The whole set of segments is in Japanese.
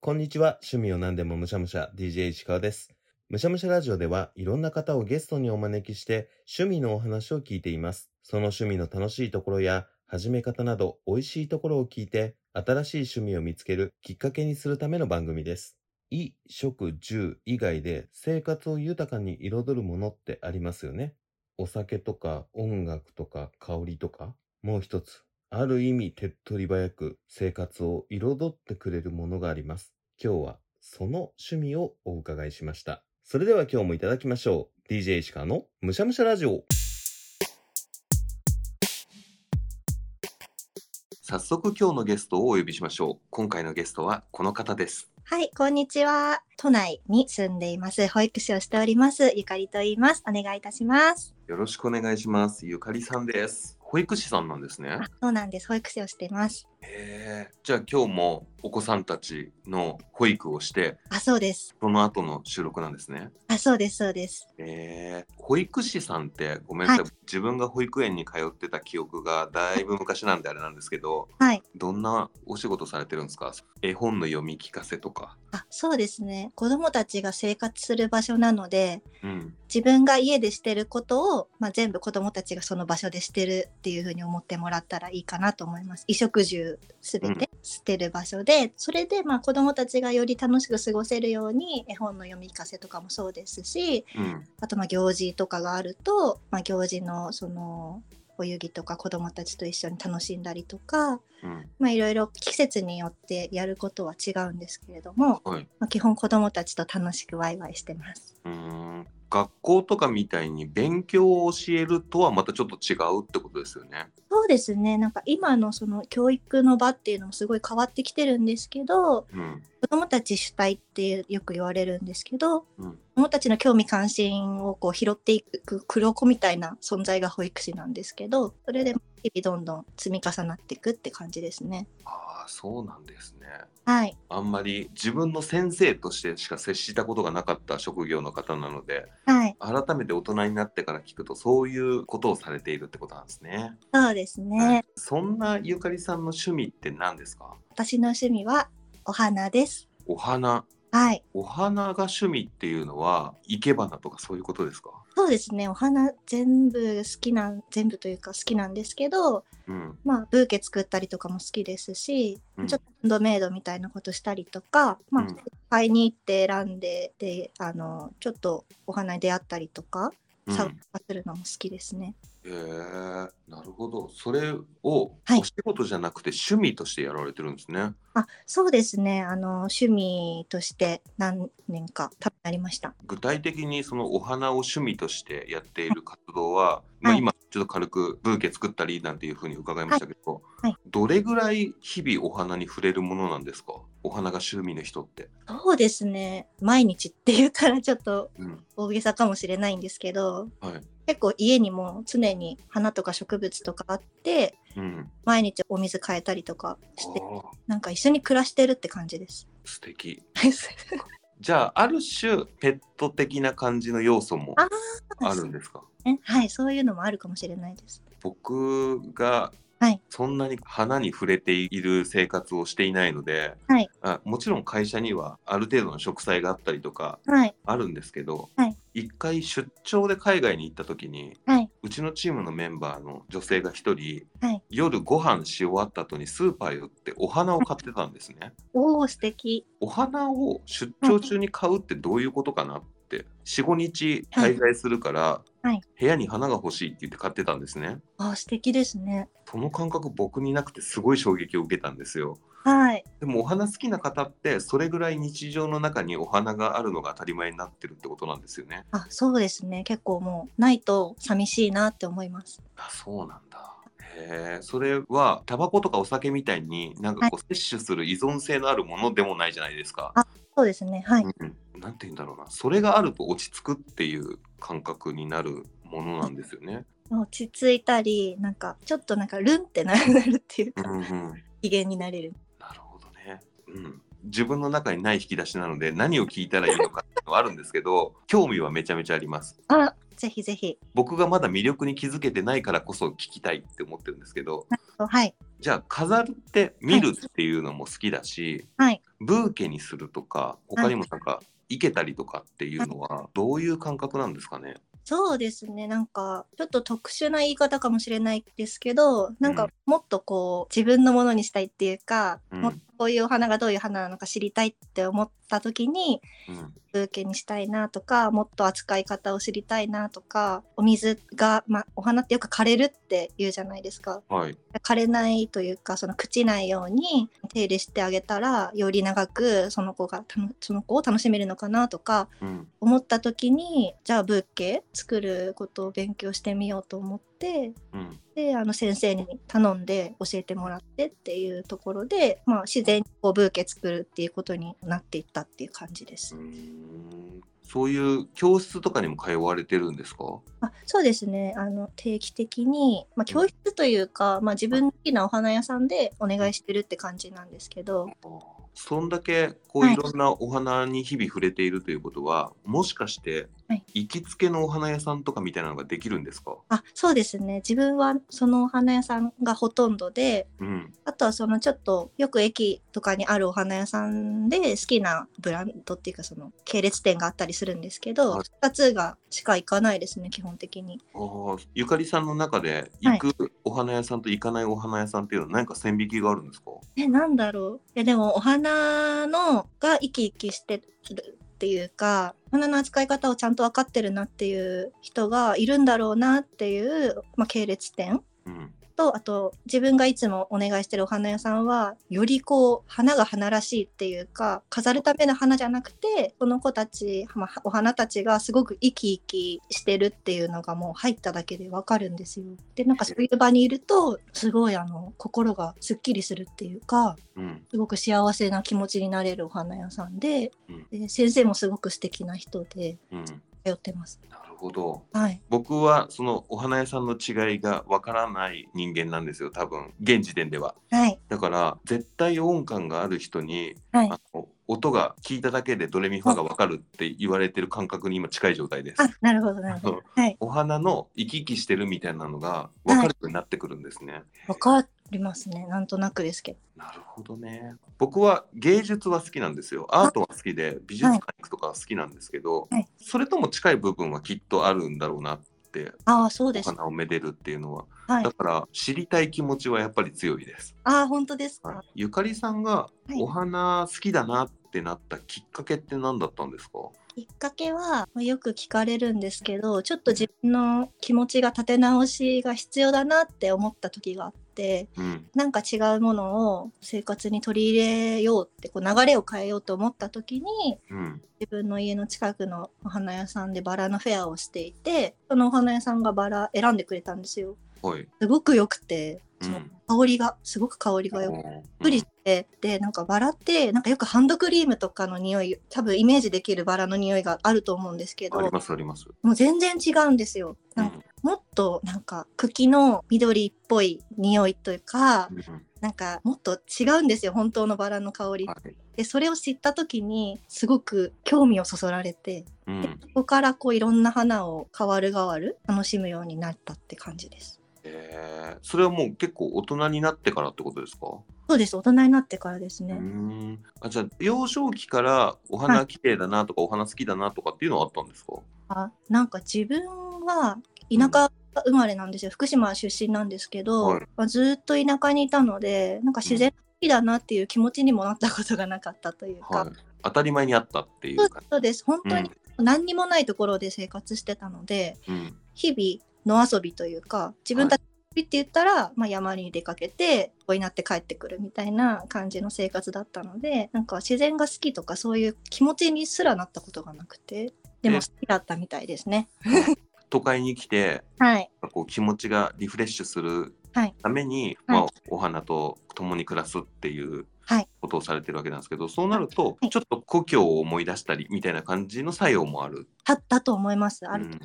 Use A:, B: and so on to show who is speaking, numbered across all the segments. A: こんにちは。趣味を何でもむしゃむしゃ、DJ 石川です。むしゃむしゃラジオでは、いろんな方をゲストにお招きして、趣味のお話を聞いています。その趣味の楽しいところや、始め方など、美味しいところを聞いて、新しい趣味を見つけるきっかけにするための番組です。衣、食、住以外で生活を豊かに彩るものってありますよね。お酒とか音楽とか香りとか、もう一つ、ある意味手っ取り早く生活を彩ってくれるものがあります。今日はその趣味をお伺いしました。それでは今日もいただきましょう。DJ 石川のむしゃむしゃラジオ。早速今日のゲストをお呼びしましょう。今回のゲストはこの方です。
B: はい、こんにちは。都内に住んでいます。保育士をしております。ゆかりと言います。お願いいたします。
A: よろしくお願いします。ゆかりさんです。保育士さんなんですね
B: あ。、そうなんです。保育士をしています。
A: へえ。じゃあ今日もお子さんたちの保育をして、
B: あ、そうです。
A: その後の収録なんですね。
B: あ、そうです。そうです。
A: えー、保育士さんってごめんなさい、
B: は
A: 自分が保育園に通ってた記憶がだいぶ昔なんであれなんですけど
B: はい。
A: どんなお仕事されてるんですか絵本の読み聞かせとか、
B: あ、そうですね。子供たちが生活する場所なので、
A: うん、
B: 自分が家でしてることを、まあ、全部子供たちがその場所でしてるっていうふうに思ってもらったらいいかなと思います。衣食住すべてしてる場所で、それでまあ子供たちがより楽しく過ごせるように絵本の読み聞かせとかもそうですし、
A: うん、
B: あとまあ行事とかがあると、まあ、行事のそのお遊戯とか子どもたちと一緒に楽しんだりとか、
A: うん、
B: まあ、いろいろ季節によってやることは違うんですけれども、
A: はい。
B: まあ、基本子どもたちと楽しくワイワイしてます。
A: うーん学校とかみたいに勉強を教えるとはまたちょっと違うってことですよね。
B: そうですねなんか今のその教育の場っていうのもすごい変わってきてるんですけど
A: うん、
B: 子どもたち主体ってよく言われるんですけど
A: うん、
B: 子どもたちの興味関心をこう拾っていく黒子みたいな存在が保育士なんですけどそれで日々どんどん積み重なっていくって感じですね。
A: ああそうなんですね。
B: はい、
A: あんまり自分の先生としてしか接したことがなかった職業の方なので
B: はい、
A: 改めて大人になってから聞くとそういうことをされているってことなんですね。
B: そうです
A: は
B: ね
A: い。そんなゆかりさんの趣味って何ですか
B: 私の趣味はお花です。
A: お花
B: はい、
A: お花が趣味っていうのは生け花とかそういうことですか
B: そうですね。お花全部好きなん、全部というか好きなんですけど、
A: うん
B: まあブーケ作ったりとかも好きですし、
A: うん
B: ちょっとハンドメイドみたいなことしたりとか、まあ、
A: うん
B: 買いに行って選んで、で、あの、ちょっとお花に出会ったりとか、
A: うん
B: 探するのも好きですね。
A: へえなるほどそれをお
B: はい
A: 仕事じゃなくて趣味としてやられてるんですね、
B: あ、そうですね。あの、趣味として何年か多分なりました。
A: 具体的にそのお花を趣味としてやっている活動は、まあ、今ちょっと軽くブーケ作ったりなんていうふうに伺いましたけど、
B: はいはい
A: どれぐらい日々お花に触れるものなんですかお花が趣味の人って。
B: そうですね。毎日って言ったらちょっと
A: うん
B: 大げさかもしれないんですけど、
A: はい
B: 結構家にも常に花とか植物とかあって、
A: うん、
B: 毎日お水変えたりとかして、
A: ああ
B: なんか一緒に暮らしてるって感じです。
A: 素敵じゃあある種ペット的な感じの要素も
B: あ
A: あるんですか
B: ねはい、そういうのもあるかもしれないです。
A: 僕が
B: はい
A: そんなに花に触れている生活をしていないので、
B: はい
A: あもちろん会社にはある程度の植栽があったりとか
B: はい、
A: あるんですけど、
B: はい
A: 一回出張で海外に行った時に
B: はい、
A: うちのチームのメンバーの女性が一人、
B: はい
A: 夜ご飯し終わった後にスーパー寄ってお花を買ってたんですね。
B: おお、素敵。
A: お花を出張中に買うってどういうことかなって45日滞在するから、
B: はい
A: 部屋に花が欲しいって言って買ってたんですね
B: あー素敵ですね。
A: その感覚僕になくてすごい衝撃を受けたんですよ
B: はい、
A: でもお花好きな方ってそれぐらい日常の中にお花があるのが当たり前になってるってことなんですよね
B: あ、そうですね。結構もうないと寂しいなって思います。
A: あそうなんだへえそれはタバコとかお酒みたいになんかこう摂取する依存性のあるものでもないじゃないですか、
B: そうですね。はい。
A: うん、なんて言うんだろうなそれがあると落ち着くっていう感覚になるものなんですよね。
B: 落ち着いたりなんかちょっとなんかルンってなるっていう
A: う
B: か
A: んうん、
B: 機嫌になれる
A: なるほどね、うん。自分の中にない引き出しなので何を聞いたらいいのかっていうのはあるんですけど 興味はめちゃめちゃあります。
B: あぜひぜひ
A: 僕がまだ魅力に気づけてないからこそ聞きたいって思ってるんですけど
B: はい
A: じゃあ飾るって見るっていうのも好きだし、
B: はい
A: ブーケにするとか他にもなんか生けたりとかっていうのはどういう感覚なんですかね
B: そうですねなんかちょっと特殊な言い方かもしれないですけどなん
A: う
B: か
A: ん
B: もっとこう自分のものにしたいっていうか、
A: うん
B: もっとこういうお花がどういう花なのか知りたいって思った時に
A: うん
B: ブーケにしたいなとかもっと扱い方を知りたいなとかお水が、まあ、お花ってよく枯れるって言うじゃないですか
A: はい
B: 枯れないというかその朽ちないように手入れしてあげたらより長くその子がたのその子を楽しめるのかなとか
A: うん
B: 思った時にじゃあブーケ作ることを勉強してみようと思って
A: うん
B: であの先生に頼んで教えてもらってっていうところで、まあ、自然にこうブーケ作るっていうことになっていったっていう感じで
A: う
B: す。
A: んそういう教室とかにも通われてるんですか
B: あそうですねあの定期的に、まあ、教室というか、まあ、自分の好きなお花屋さんでお願いしてるって感じなんですけど。
A: そんだけこう
B: はい
A: いろんなお花に日々触れているということは、もしかして
B: はい
A: 行きつけのお花屋さんとかみたいなのができるんですか、
B: あそうですね自分はそのお花屋さんがほとんどで
A: うん
B: あとはそのちょっとよく駅とかにあるお花屋さんで好きなブランドっていうかその系列店があったりするんですけど、
A: はい
B: 2つがしか行かないですね基本的に。
A: あーゆかりさんの中で
B: は
A: 行
B: い
A: くお花屋さんと行かないお花屋さんっていうのは何か線引きがあるんですか、
B: えなんだろうえでもお花のが生き生きしてるっていうかお花の扱い方をちゃんと分かってるなっていう人がいるんだろうなっていう、まあ、系列店
A: うん
B: とあと自分がいつもお願いしてるお花屋さんはよりこう花が花らしいっていうか飾るための花じゃなくてこの子たち、まあ、お花たちがすごく生き生きしてるっていうのがもう入っただけでわかるんですよ。でなんかそういう場にいるとすごいあの心がすっきりするっていうか
A: うん
B: すごく幸せな気持ちになれるお花屋さんで
A: うん
B: で先生もすごく素敵な人で
A: うん、な
B: 通ってます。
A: るほど
B: はい、
A: 僕はそのお花屋さんの違いがわからない人間なんですよ多分現時点では
B: はい、
A: だから絶対音感がある人に
B: はい
A: あの音が聞いただけでドレミファがわかるって言われてる感覚に今近い状態です
B: あ。なるほどなるほど。はい、
A: お花の生き生きしてるみたいなのがわかるようになってくるんですね。
B: わかりますねなんとなくですけど。
A: なるほどね。僕は芸術は好きなんですよ。アートは好きで美術館行くとかは好きなんですけど、
B: はい
A: それとも近い部分はきっとあるんだろうなって。
B: ああ、そう
A: お
B: です。
A: 花をめでるっていうのは、
B: はい
A: だ。から知りたい気持ちはやっぱり強いです。
B: ああ、本当ですか。
A: はいゆかりさんが
B: はい
A: お花好きだなってなったきっかけって何だったんですか、
B: きっかけは、まあよく聞かれるんですけど、ちょっと自分の気持ちが立て直しが必要だなって思った時があって、
A: うん、
B: なんか違うものを生活に取り入れようって、こう流れを変えようと思った時に、
A: うん、
B: 自分の家の近くのお花屋さんでバラのフェアをしていて、そのお花屋さんがバラ選んでくれたんですよ。
A: はい。
B: すごく良くて、
A: う
B: その
A: ん
B: 香りが、すごく香りが良くてびっくりして、でなんかバラってなんかよくハンドクリームとかの匂い多分イメージできるバラの匂いがあると思うんですけ
A: うんあり
B: ど
A: ますあります。
B: もう全然違うんですよ。なんかもっとなんか茎の緑っぽい匂いというか
A: うんうん
B: なんかもっと違うんですよ本当のバラの香り。
A: はい
B: でそれを知った時にすごく興味をそそられて
A: うん
B: そこからこういろんな花を変わる変わる楽しむようになったって感じです。
A: えーそれはもう結構大人になってからってことですか、
B: そうです大人になってからです
A: うー
B: ね。
A: んあじゃあ幼少期からお花綺麗だなとか、お花好きだなとかっていうのはあったんですか
B: あなんか自分は田舎生まれなんですよ、福島出身なんですけど、
A: はい
B: まあ、ずっと田舎にいたのでなんか自然が好きだなっていう気持ちにもなったことがなかったというか、
A: はい、当たり前にあったってい
B: そう
A: う感
B: そうです本
A: じ。
B: 当に何にもないところで生活してたので、
A: うんうん
B: 日々の遊びというか自分たちの遊びって言ったら、まあ、山に出かけて子になって帰ってくるみたいな感じの生活だったのでなんか自然が好きとかそういう気持ちにすらなったことがなくてでも
A: え
B: 好きだったみたいですね。
A: 都会に来て
B: はい
A: こう気持ちがリフレッシュする
B: はい
A: ために、
B: は
A: ま
B: い
A: あ、お花と共に暮らすっていう
B: はい
A: ことをされてるわけなんですけどそうなると、
B: はい
A: ちょっと故郷を思い出したりみたいな感じの作用もある
B: だったと思います。ある
A: う
B: と、
A: ん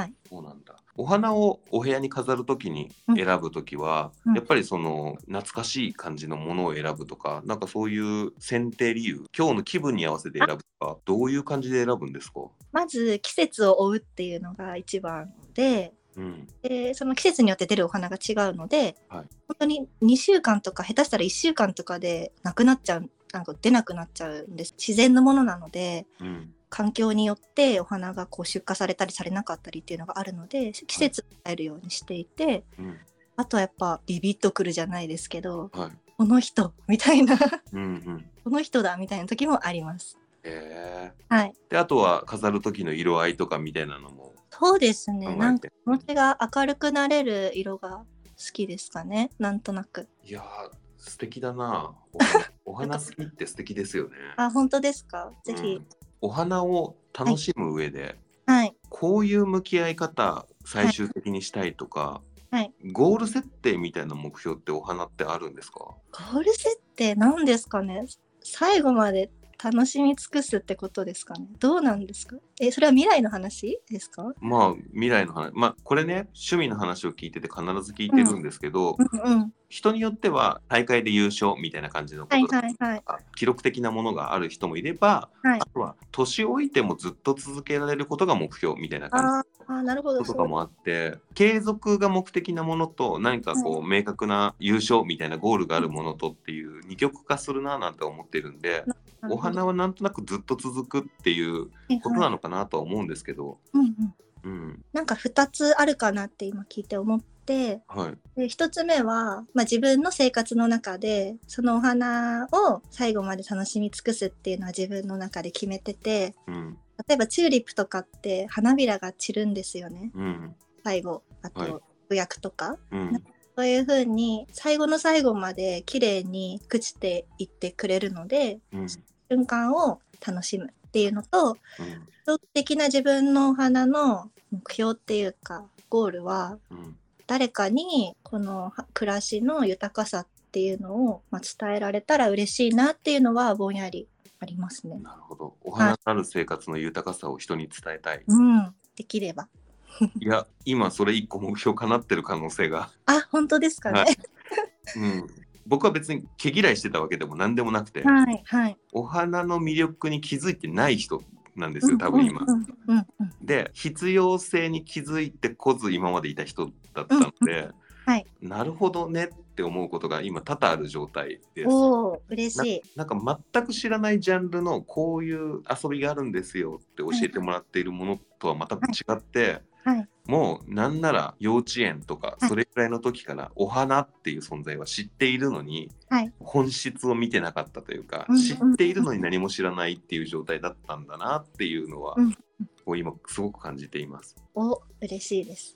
B: はい
A: そうなんだお花をお部屋に飾るときに選ぶときは、
B: うん
A: やっぱりその懐かしい感じのものを選ぶとかなんかそういう選定理由今日の気分に合わせて選ぶとかどういう感じで選ぶんですか
B: まず季節を追うっていうのが一番で、
A: うん。
B: でその季節によって出るお花が違うので、
A: はい
B: 本当に2週間とか下手したら1週間とかでなくなっちゃうなんか出なくなっちゃうんです自然のものなので
A: うん。
B: 環境によってお花がこう出荷されたりされなかったりっていうのがあるので季節に変えるようにしていて、
A: うん。
B: あとはやっぱビビッとくるじゃないですけど
A: はい。
B: この人みたいな
A: うんうん。
B: この人だみたいな時もあります。
A: ええ
B: はい、
A: で、あとは飾る時の色合いとかみたいなのも
B: そうです
A: 考
B: ね。なん
A: え
B: か
A: て。
B: 気持ちが明るくなれる色が好きですかね。なんとなく。
A: いやー、素敵だ な。お花お花好きって素敵ですよね。
B: あ、本当ですか。ぜ
A: う
B: ひ。
A: んお花を楽しむ上で、
B: はい。
A: こういう向き合い方最終的にしたいとか、
B: はい
A: ゴール設定みたいな目標ってお花ってあるんですか
B: ゴール設定なんですかね。最後まで楽しみ尽くすってことですかね。どうなんですか。え、それは未来の話ですか。
A: まあ未来の話まあこれね趣味の話を聞いてて必ず聞いてるんですけど、
B: うんうん。
A: 人によっては大会で優勝みたいな感じのこと
B: はい
A: とか、
B: はいはい。
A: 記録的なものがある人もいれば、
B: はい
A: あとは年老いてもずっと続けられることが目標みたいな感じ
B: あーあー、なるほど。
A: とかもあって継続が目的なものと何かこう明確な優勝みたいなゴールがあるものとっていう二極化するななんて思ってるんで
B: なる
A: お
B: ほど
A: 花はなんとなくずっと続くっていう
B: はい
A: ことな
B: はい
A: のかなとは思うんですけど、
B: うんうん。
A: うん
B: なんか二つあるかなって今聞いて思って。
A: はい
B: で一つ目は、まあ、自分の生活の中でそのお花を最後まで楽しみ尽くすっていうのは自分の中で決めてて
A: うん
B: 例えばチューリップとかって花びらが散るんですよね
A: うん
B: 最後あ
A: はい
B: と予約とか、
A: うん
B: そういう風に最後の最後まで綺麗に朽ちていってくれるので
A: うん
B: 瞬間を楽しむっていうのと
A: うん
B: 長期的な自分のお花の目標っていうかゴールは
A: うん
B: 誰かにこのは暮らしの豊かさっていうのを、まあ、伝えられたら嬉しいなっていうのはぼんやりありますね。
A: なるほどお花ある生活の豊かさを人に伝えたい、
B: うん、できれば。
A: いや今それ一個目標かなってる可能性が、
B: あ本当ですかね。
A: うん、僕は別に毛嫌いしてたわけでも何でもなくて、
B: はいはい。
A: お花の魅力に気づいてない人なんですよ多分今。
B: うんうんうん
A: で必要性に気づいてこず今までいた人だったので、
B: はい
A: なるほどねって思うことが今多々ある状態で
B: うん、
A: す。
B: おお嬉しい。
A: なんか全く知らないジャンルのこういう遊びがあるんですよって教えてもらっているものとはまた違って、
B: はい
A: もうなんなら幼稚園とか
B: はい
A: それくらいの時からお花っていう存在は知っているのに、
B: はい
A: 本質を見てなかったというか、
B: うんうん
A: 知っているのに何も知らないっていう状態だったんだなっていうのは、
B: うん
A: こう今すごく感じています。
B: お嬉しいです。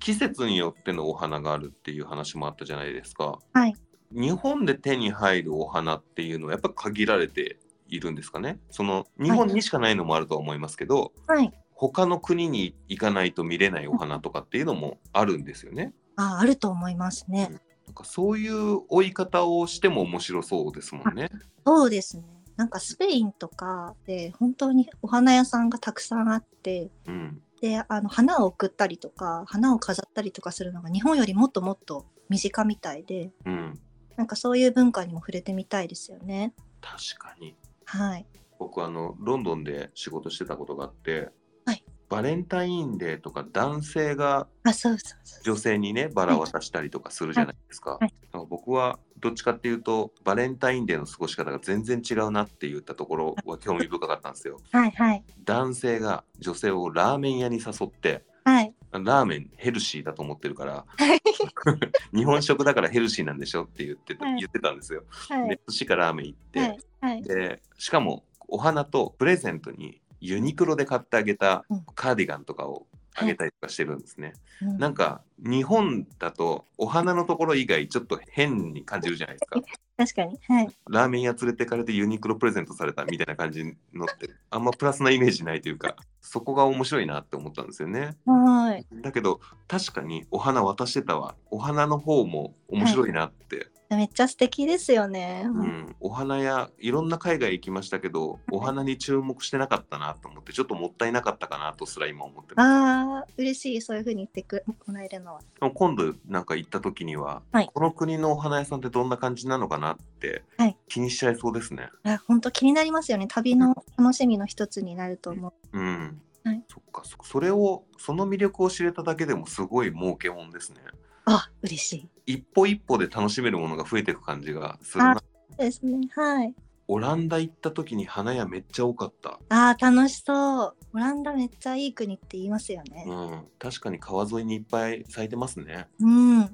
A: 季節によってのお花があるっていう話もあったじゃないですか。
B: はい
A: 日本で手に入るお花っていうのはやっぱ限られているんですかね。その日本にしかないのもあるとは思いますけど、
B: はい。
A: 他の国に行かないと見れないお花とかっていうのもあるんですよね。
B: ああると思いますね。
A: なんかそういう追い方をしても面白そうですもんね。
B: そうですね。なんかスペインとかで本当にお花屋さんがたくさんあって。
A: うん。
B: であの花を送ったりとか花を飾ったりとかするのが日本よりもっともっと身近みたいで、
A: うん。
B: なんかそういう文化にも触れてみたいですよね。
A: 確かに。
B: はい。
A: 僕あのロンドンで仕事してたことがあって、
B: はい
A: バレンタインデーとか男性が
B: あ、そうそうそう。
A: 女性にねバラ渡したりとかするじゃないですか,、
B: いはい
A: だから僕はどっちかっていうとバレンタインデーの過ごし方が全然違うなって言ったところは興味深かったんですよ
B: はいはい。
A: 男性が女性をラーメン屋に誘って
B: はい。
A: ラーメンヘルシーだと思ってるから
B: はい。
A: 日本食だからヘルシーなんでしょって言ってた,、
B: はい
A: 言ってたんですよ、
B: は
A: で
B: い。
A: 寿司かラーメン行って、
B: はい。はい。
A: でしかもお花とプレゼントにユニクロで買ってあげた
B: うん
A: カーディガンとかをあげたりとかしてるんですね、
B: うん
A: なんか日本だとお花のところ以外ちょっと変に感じるじゃないですか。
B: 確かに。はい。
A: ラーメン屋連れてかれてユニクロプレゼントされたみたいな感じのってあんまプラスなイメージないというかそこが面白いなって思ったんですよね。
B: はい。
A: だけど確かにお花渡してたわお花の方も面白いなって、
B: めっちゃ素敵ですよね。
A: う、ん、お花やいろんな海外行きましたけどお花に注目してなかったなと思ってちょっともったいなかったかなとすら今思ってます。
B: ああ、嬉しい。そういう風に言ってくもらえるのは。
A: でも今度なんか行った時には、
B: はい
A: この国のお花屋さんってどんな感じなのかなって
B: はい
A: 気にしちゃいそうですね。
B: あ、本当気になりますよね。旅の楽しみの一つになると思う。
A: うん。
B: はい
A: そっかそそれをその魅力を知れただけでもすごい儲けもんですね
B: あ嬉しい
A: 一歩一歩で楽しめるものが増えていく感じがする
B: あ
A: な
B: ですねはい
A: オランダ行った時に花屋めっちゃ多かった、
B: あー楽しそうオランダめっちゃいい国って言いますよね
A: うん、確かに川沿いにいっぱい咲いてますね
B: うん、
A: うん、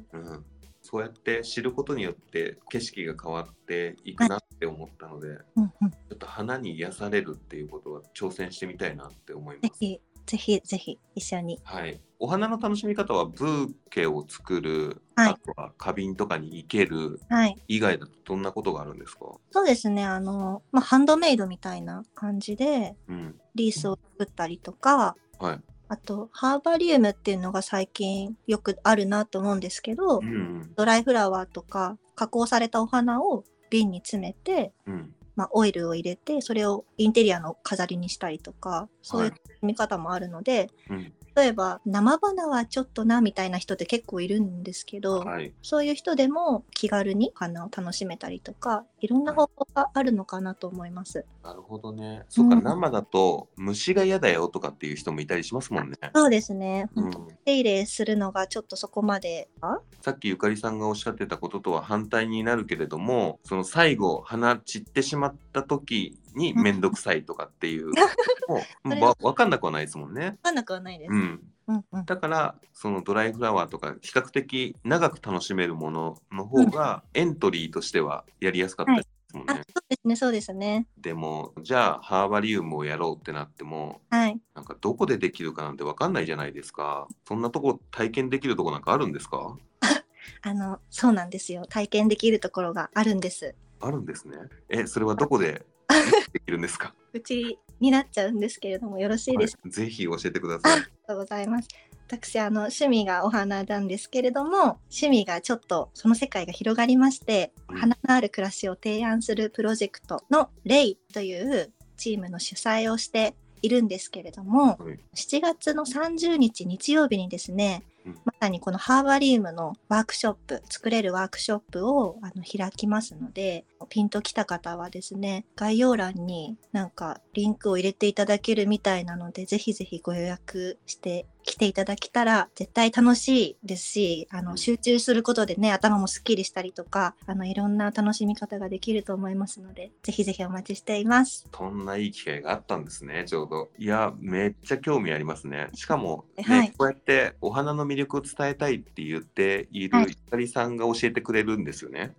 A: そうやって知ることによって景色が変わっていくなって思ったので、
B: うんうん
A: ちょっと花に癒されるっていうことは挑戦してみたいなって思いま
B: ぜ
A: す。
B: ひぜひぜひ一緒に
A: はい、お花の楽しみ方はブーケを作る、
B: はい
A: あとは花瓶とかに生ける
B: はい
A: 以外だとどんなことがあるんですか、
B: そうですねあの、まあ、ハンドメイドみたいな感じで
A: うん
B: リースを作ったりとか
A: はい
B: あとハーバリウムっていうのが最近よくあるなと思うんですけど、
A: うん
B: ドライフラワーとか加工されたお花を瓶に詰めて、
A: うん
B: まあ、オイルを入れてそれをインテリアの飾りにしたりとかそういう楽しみ方もあるので、
A: うん
B: 例えば生花はちょっとなみたいな人って結構いるんですけど、
A: はい
B: そういう人でも気軽にお花を楽しめたりとかいろんな方法があるのかなと思います。
A: なるほどね。そっか、
B: うん
A: 生だと虫が嫌だよとかっていう人もいたりしますもんね。
B: そうですね、
A: うん、
B: 手入れするのがちょっとそこまであ
A: さっきゆかりさんがおっしゃってたこととは反対になるけれどもその最後花散ってしまった時に面倒くさいとかって いう
B: それ
A: もうわ分かんなくはないですもんね。
B: わかんなくはないです。
A: うん、
B: うんうん
A: だからそのドライフラワーとか比較的長く楽しめるものの方がエントリーとしてはやりやすかったですもんね。
B: あそうですねそうですね
A: でもじゃあハーバリウムをやろうってなっても
B: はい
A: なんかどこでできるかなんて分かんないじゃないですか。そんなとこ体験できるとこなんかあるんですか
B: あのそうなんですよ体験できるところがあるんです
A: あるんですね。え、それはどこでできるんですか。
B: うちになっちゃうんですけれどもよろし いですか、
A: はいぜひ教えてください。
B: ありがとうございます私あの趣味がお花なんですけれども趣味がちょっとその世界が広がりまして
A: うん
B: 花のある暮らしを提案するプロジェクトのレイというチームの主催をしているんですけれど
A: は
B: も
A: い
B: 7月の30日日曜日にですね
A: うん
B: まさにこのハーバリウムのワークショップ作れるワークショップをあの開きますのでピンときた方はですね概要欄になんかリンクを入れていただけるみたいなのでぜひぜひご予約して来ていただけたら絶対楽しいですしあ
A: うん
B: の集中することでね頭もすっきりしたりとかあのいろんな楽しみ方ができると思いますのでぜひぜひお待ちしています。
A: そんないい機会があったんですね、ちょうど。いや、めっちゃ興味ありますね。しかも、ね
B: はい
A: こうやってお花の魅力を伝えたいって言っている
B: はい
A: ゆかりさんが教えてくれるんですよね。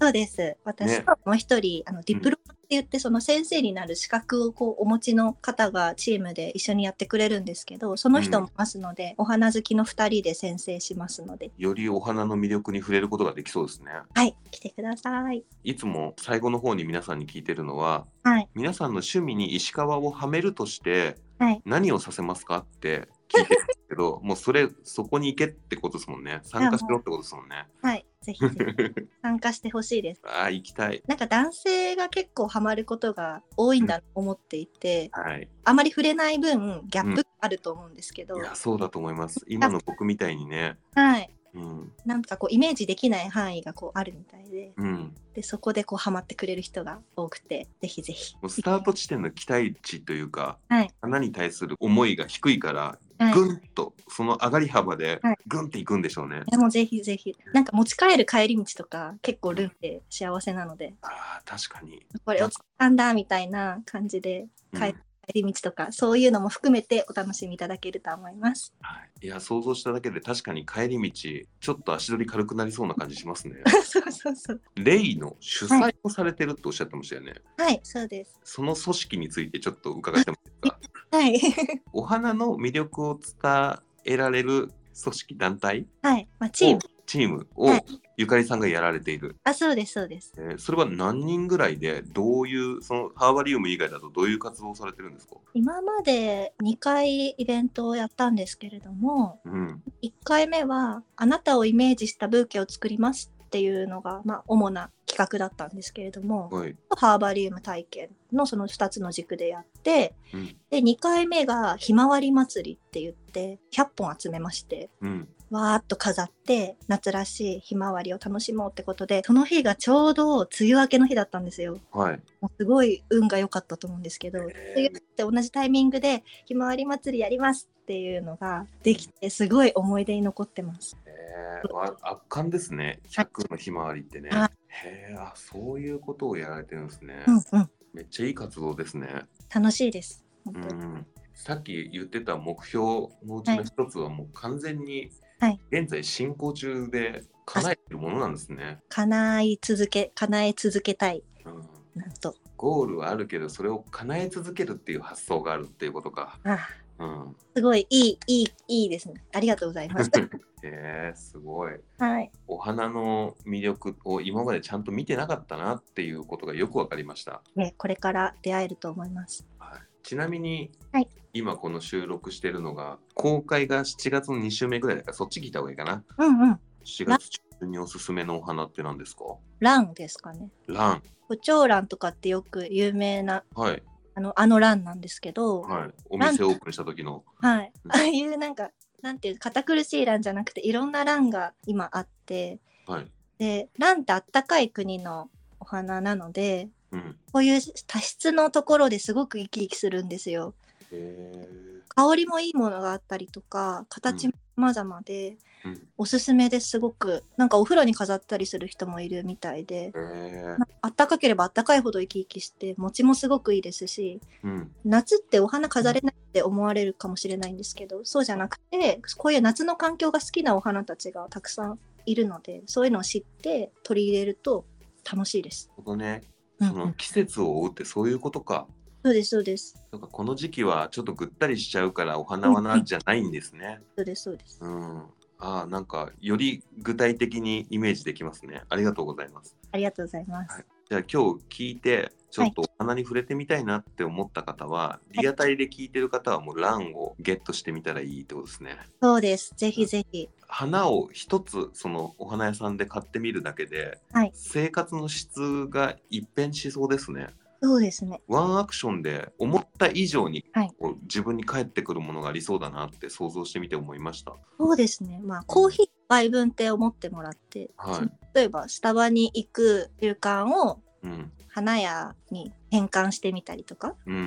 B: そうです私ともう一人、あのディプロマって言ってその先生になる資格をこうお持ちの方がチームで一緒にやってくれるんですけどその人もいますので、お花好きの2人で先生しますので
A: よりお花の魅力に触れることができそうですね。
B: はい来てください。
A: いつも最後の方に皆さんに聞いてるのは、
B: はい
A: 皆さんの趣味に石川をはめるとして
B: はい
A: 何をさせますかって聞いてるんですけど もうそれそこに行けってことですもんね参加しろってことですもんね。
B: はい、ぜひぜひ 参加してほしいです。
A: ああ行きたい。
B: なんか男性が結構ハマることが多いんだと思っていて、
A: はい、
B: あまり触れない分ギャップがあると思うんですけど、
A: いやそうだと思います。今の僕みたいにね、
B: はい、
A: うん
B: なんかこうイメージできない範囲がこうあるみたいで
A: うん、も
B: でそこでこうハマってくれる人が多くてぜひぜひ。
A: うスタート地点の期待値というか、
B: はい
A: 花に対する思いが低いから、
B: はい
A: ぐんとその上がり幅で
B: はい
A: ぐんっていくんでしょうね。
B: でもぜひぜひなんか持ち帰る帰り道とか結構ルンって幸せなので
A: ああ確かに。
B: これを掴んだみたいな感じで
A: うん
B: 帰帰り道とかそういうのも含めてお楽しみいただけると思います。
A: はい、いや想像しただけで確かに帰り道ちょっと足取り軽くなりそうな感じしますね。
B: そうそうそう。
A: レイの主催をされてるとおっしゃってましたよね。
B: はい、そうです。
A: その組織についてちょっと伺ってもいいですか。
B: はい。
A: お花の魅力を伝えられる組織団体
B: はい。まあ、チーム
A: を。チームを
B: はい
A: ゆかりさんがやられている。
B: あ、そうです、そうです。
A: えーそれは何人ぐらいでどういうそのハーバリウム以外だとどういう活動をされてるんですか。
B: 今まで2回イベントをやったんですけれども、
A: うん。
B: 1回目は、あなたをイメージしたブーケを作りますっていうのが、まあ、主な企画だったんですけれども、
A: はい。
B: ハーバリウム体験のその2つの軸でやって、
A: うん。
B: で、2回目がひまわり祭りって言って、100本集めまして、
A: うん。
B: わーっと飾って夏らしいひまわりを楽しもうってことでその日がちょうど梅雨明けの日だったんですよ。
A: はい。
B: もうすごい運が良かったと思うんですけど、そういうのって同じタイミングでひまわり祭りやりますっていうのができて、すごい思い出に残ってます。
A: えー、わ圧巻ですね。100のひまわりってね
B: はい。
A: へえ、あ、そういうことをやられてるんですね
B: う。んうん、
A: めっちゃいい活動ですね。
B: 楽しいです。本
A: う
B: 当に。
A: ん。さっき言ってた目標のうちの一つはもう完全に
B: はい
A: 現在進行中で叶えてるものなんですね。
B: 叶い続け、叶え続けたい。
A: うん。
B: なんと。
A: ゴールはあるけどそれを叶え続けるっていう発想があるっていうことか。
B: ああ
A: うん。
B: すごいいい、いい、いいですね。ありがとうございま
A: へ
B: す。
A: え、すごい。
B: はい。
A: お花の魅力を今までちゃんと見てなかったなっていうことがよくわかりました。
B: ね、これから出会えると思います。
A: はい、ちなみに、
B: はい
A: 今この収録してるのが公開が7月の2週目ぐらいだからそっち聞いた方がいいかな。
B: うんうん。
A: 4月中旬におすすめのお花って何ですか
B: ランですかね。
A: ラン。
B: 胡蝶蘭とかってよく有名な、
A: はい。
B: あの、あの蘭なんですけど。
A: はい。お店オープンした時の。
B: はい、
A: うん
B: ああいうなんかなんていう堅苦しい欄じゃなくていろんな欄が今あって
A: はい。
B: で欄ってあったかい国のお花なので
A: うん。
B: こういう多湿のところですごく生き生きするんですよ。
A: へえ。
B: 香りもいいものがあったりとか形も様々で、
A: うん。
B: おすすめですごくなんかお風呂に飾ったりする人もいるみたい
A: へ
B: で
A: え
B: な。んかあったかければあったかいほど生き生きして餅もすごくいいですし
A: うん。
B: 夏ってお花飾れないって思われるかもしれないんですけどそうじゃなくてこういう夏の環境が好きなお花たちがたくさんいるのでそういうのを知って取り入れると楽しいです。
A: ほどね。
B: う
A: そ
B: んう
A: の
B: ん、
A: 季節を追うってそういうことか。
B: そうですそうです
A: なんかこの時期はちょっとぐったりしちゃうからお花はなじゃないんですね。
B: そうですそうです。
A: うん、ああなんかより具体的にイメージできますね。ありがとうございます。
B: ありがとうございます。
A: はいじゃあ今日聞いてちょっとお花に触れてみたいなって思った方は、
B: い
A: リアタイで聞いてる方はもうランをゲットしてみたらいいってことですね。
B: そうですぜひぜひ
A: 花を一つそのお花屋さんで買ってみるだけで、
B: はい
A: 生活の質が一変しそうですね。
B: そうですね
A: ワンアクションで思った以上に、
B: はい
A: こう自分に返ってくるものがありそうだなって想像してみて思いました。
B: そうですねまあコーヒー一杯分って思ってもらって、
A: はい。
B: 例えばスタバに行く習慣を
A: うん。
B: 花屋に変換してみたりとか
A: うんうんうんう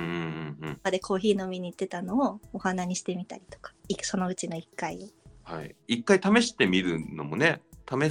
A: ん。
B: までコーヒー飲みに行ってたのをお花にしてみたりとかいそのうちの1回を
A: はい、一回試してみるのもね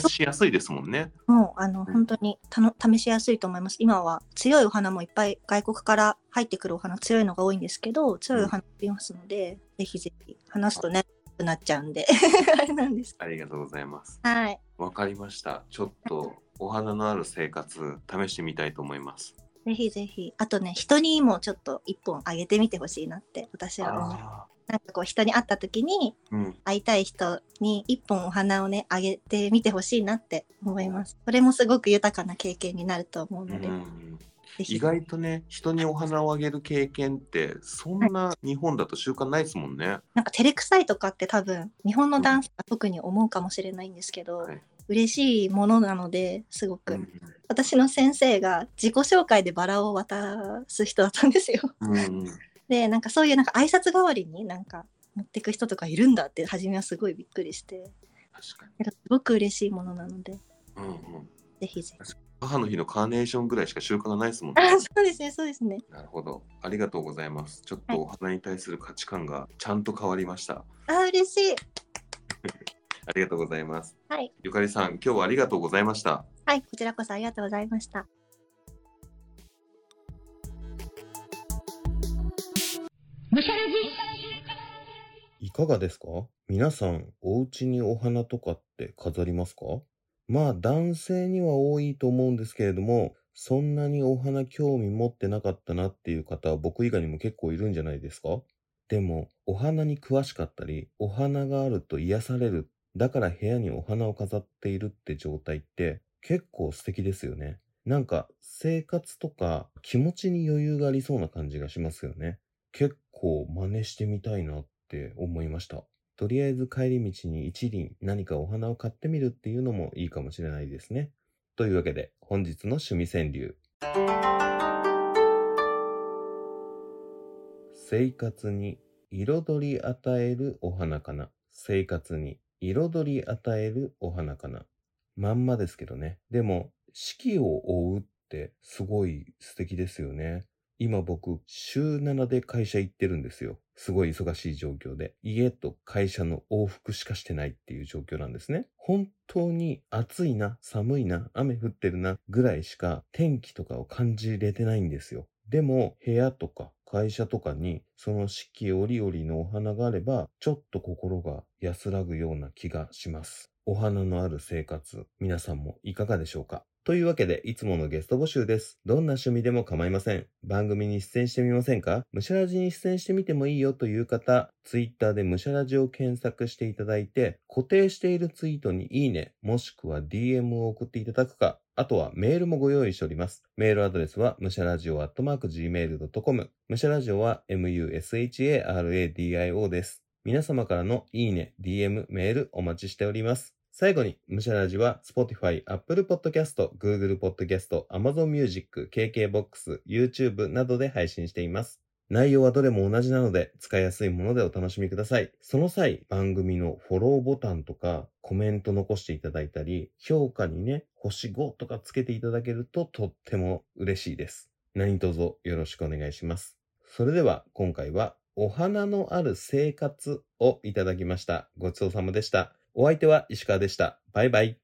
A: 試しやすいですもんね。
B: もうあの、
A: ん
B: 本当にたの試しやすいと思います今は強いお花もいっぱい外国から入ってくるお花強いのが多いんですけど強いお花もいますので、ぜひぜひ話すとねなくなっちゃうんで あれなんです
A: ありがとうございます。
B: はい
A: わかりました。ちょっとお花のある生活試してみたいと思います。
B: ぜひぜひあとね人にもちょっと1本あげてみてほしいなって私は思う
A: あ
B: なんかこう人に会った時に
A: ーうん、
B: 会いたい人に一本お花をねあげてみてほしいなって思います。それもすごく豊かな経験になると思う
A: う
B: ので、
A: ん、
B: ぜひ
A: 意外とね人にお花をあげる経験ってそんな日本だと習慣ないですもんね。
B: なんか照れくさいとかって多分日本のダンスは特に思うかもしれないんですけど、
A: はい
B: 嬉しいものなのですごく、
A: うん
B: 私の先生が自己紹介でバラを渡す人だったんですよ。
A: うん
B: でなんかそういうなんか挨拶代わりになんか持ってく人とかいるんだって初めはすごいびっくりして
A: 確かに、
B: けどすごく嬉しいものなので
A: うんうん。
B: ぜひぜひ。
A: 母の日のカーネーションぐらいしか習慣がないですもんね
B: あ。そうですねそうですね。
A: なるほど。ありがとうございます。ちょっとお花に対する価値観がちゃんと変わりました。
B: あ嬉しい。
A: ありがとうございます。
B: はい。
A: ゆかりさん、今日はありがとうございました。
B: はい、こちらこそありがとうございました。
C: むしゃらじ
D: いかがですか皆さん、お家にお花とかって飾りますかまあ、男性には多いと思うんですけれども、そんなにお花興味持ってなかったなっていう方は僕以外にも結構いるんじゃないですかでも、お花に詳しかったり、お花があると癒される。だから部屋にお花を飾っているって状態って結構素敵ですよね。なんか生活とか気持ちに余裕がありそうな感じがしますよね。結構真似してみたいなって思いました。とりあえず帰り道に一輪何かお花を買ってみるっていうのもいいかもしれないですね。というわけで本日の趣味川柳。生活に彩り与えるお花かな。生活に彩り与えるお花かな。まんまですけどね。でも、四季を追うってすごい素敵ですよね。今僕、週7で会社行ってるんですよ。すごい忙しい状況で。家と会社の往復しかしてないっていう状況なんですね。本当に暑いな、寒いな、雨降ってるなぐらいしか天気とかを感じれてないんですよ。でも、部屋とか会社とかに、その四季折々のお花があれば、ちょっと心が安らぐような気がします。お花のある生活、皆さんもいかがでしょうかというわけで、いつものゲスト募集です。どんな趣味でも構いません。番組に出演してみませんかむしゃらじに出演してみてもいいよという方、ツイッターでむしゃらじを検索していただいて、固定しているツイートにいいね、もしくは DM を送っていただくか、あとはメールもご用意しております。メールアドレスは、むしゃらじお gmail.com。むしゃらじおは musharadio です。皆様からのいいね、DM、メールお待ちしております。最後に、ムシャラジは Spotify、Apple Podcast、Google Podcast、Amazon Music、KKBOX、YouTube などで配信しています。内容はどれも同じなので、使いやすいものでお楽しみください。その際、番組のフォローボタンとか、コメント残していただいたり、評価にね、星5とかつけていただけるととっても嬉しいです。何卒よろしくお願いします。それでは今回はお花のある生活をいただきました。ごちそうさまでした。お相手は石川でした。バイバイ。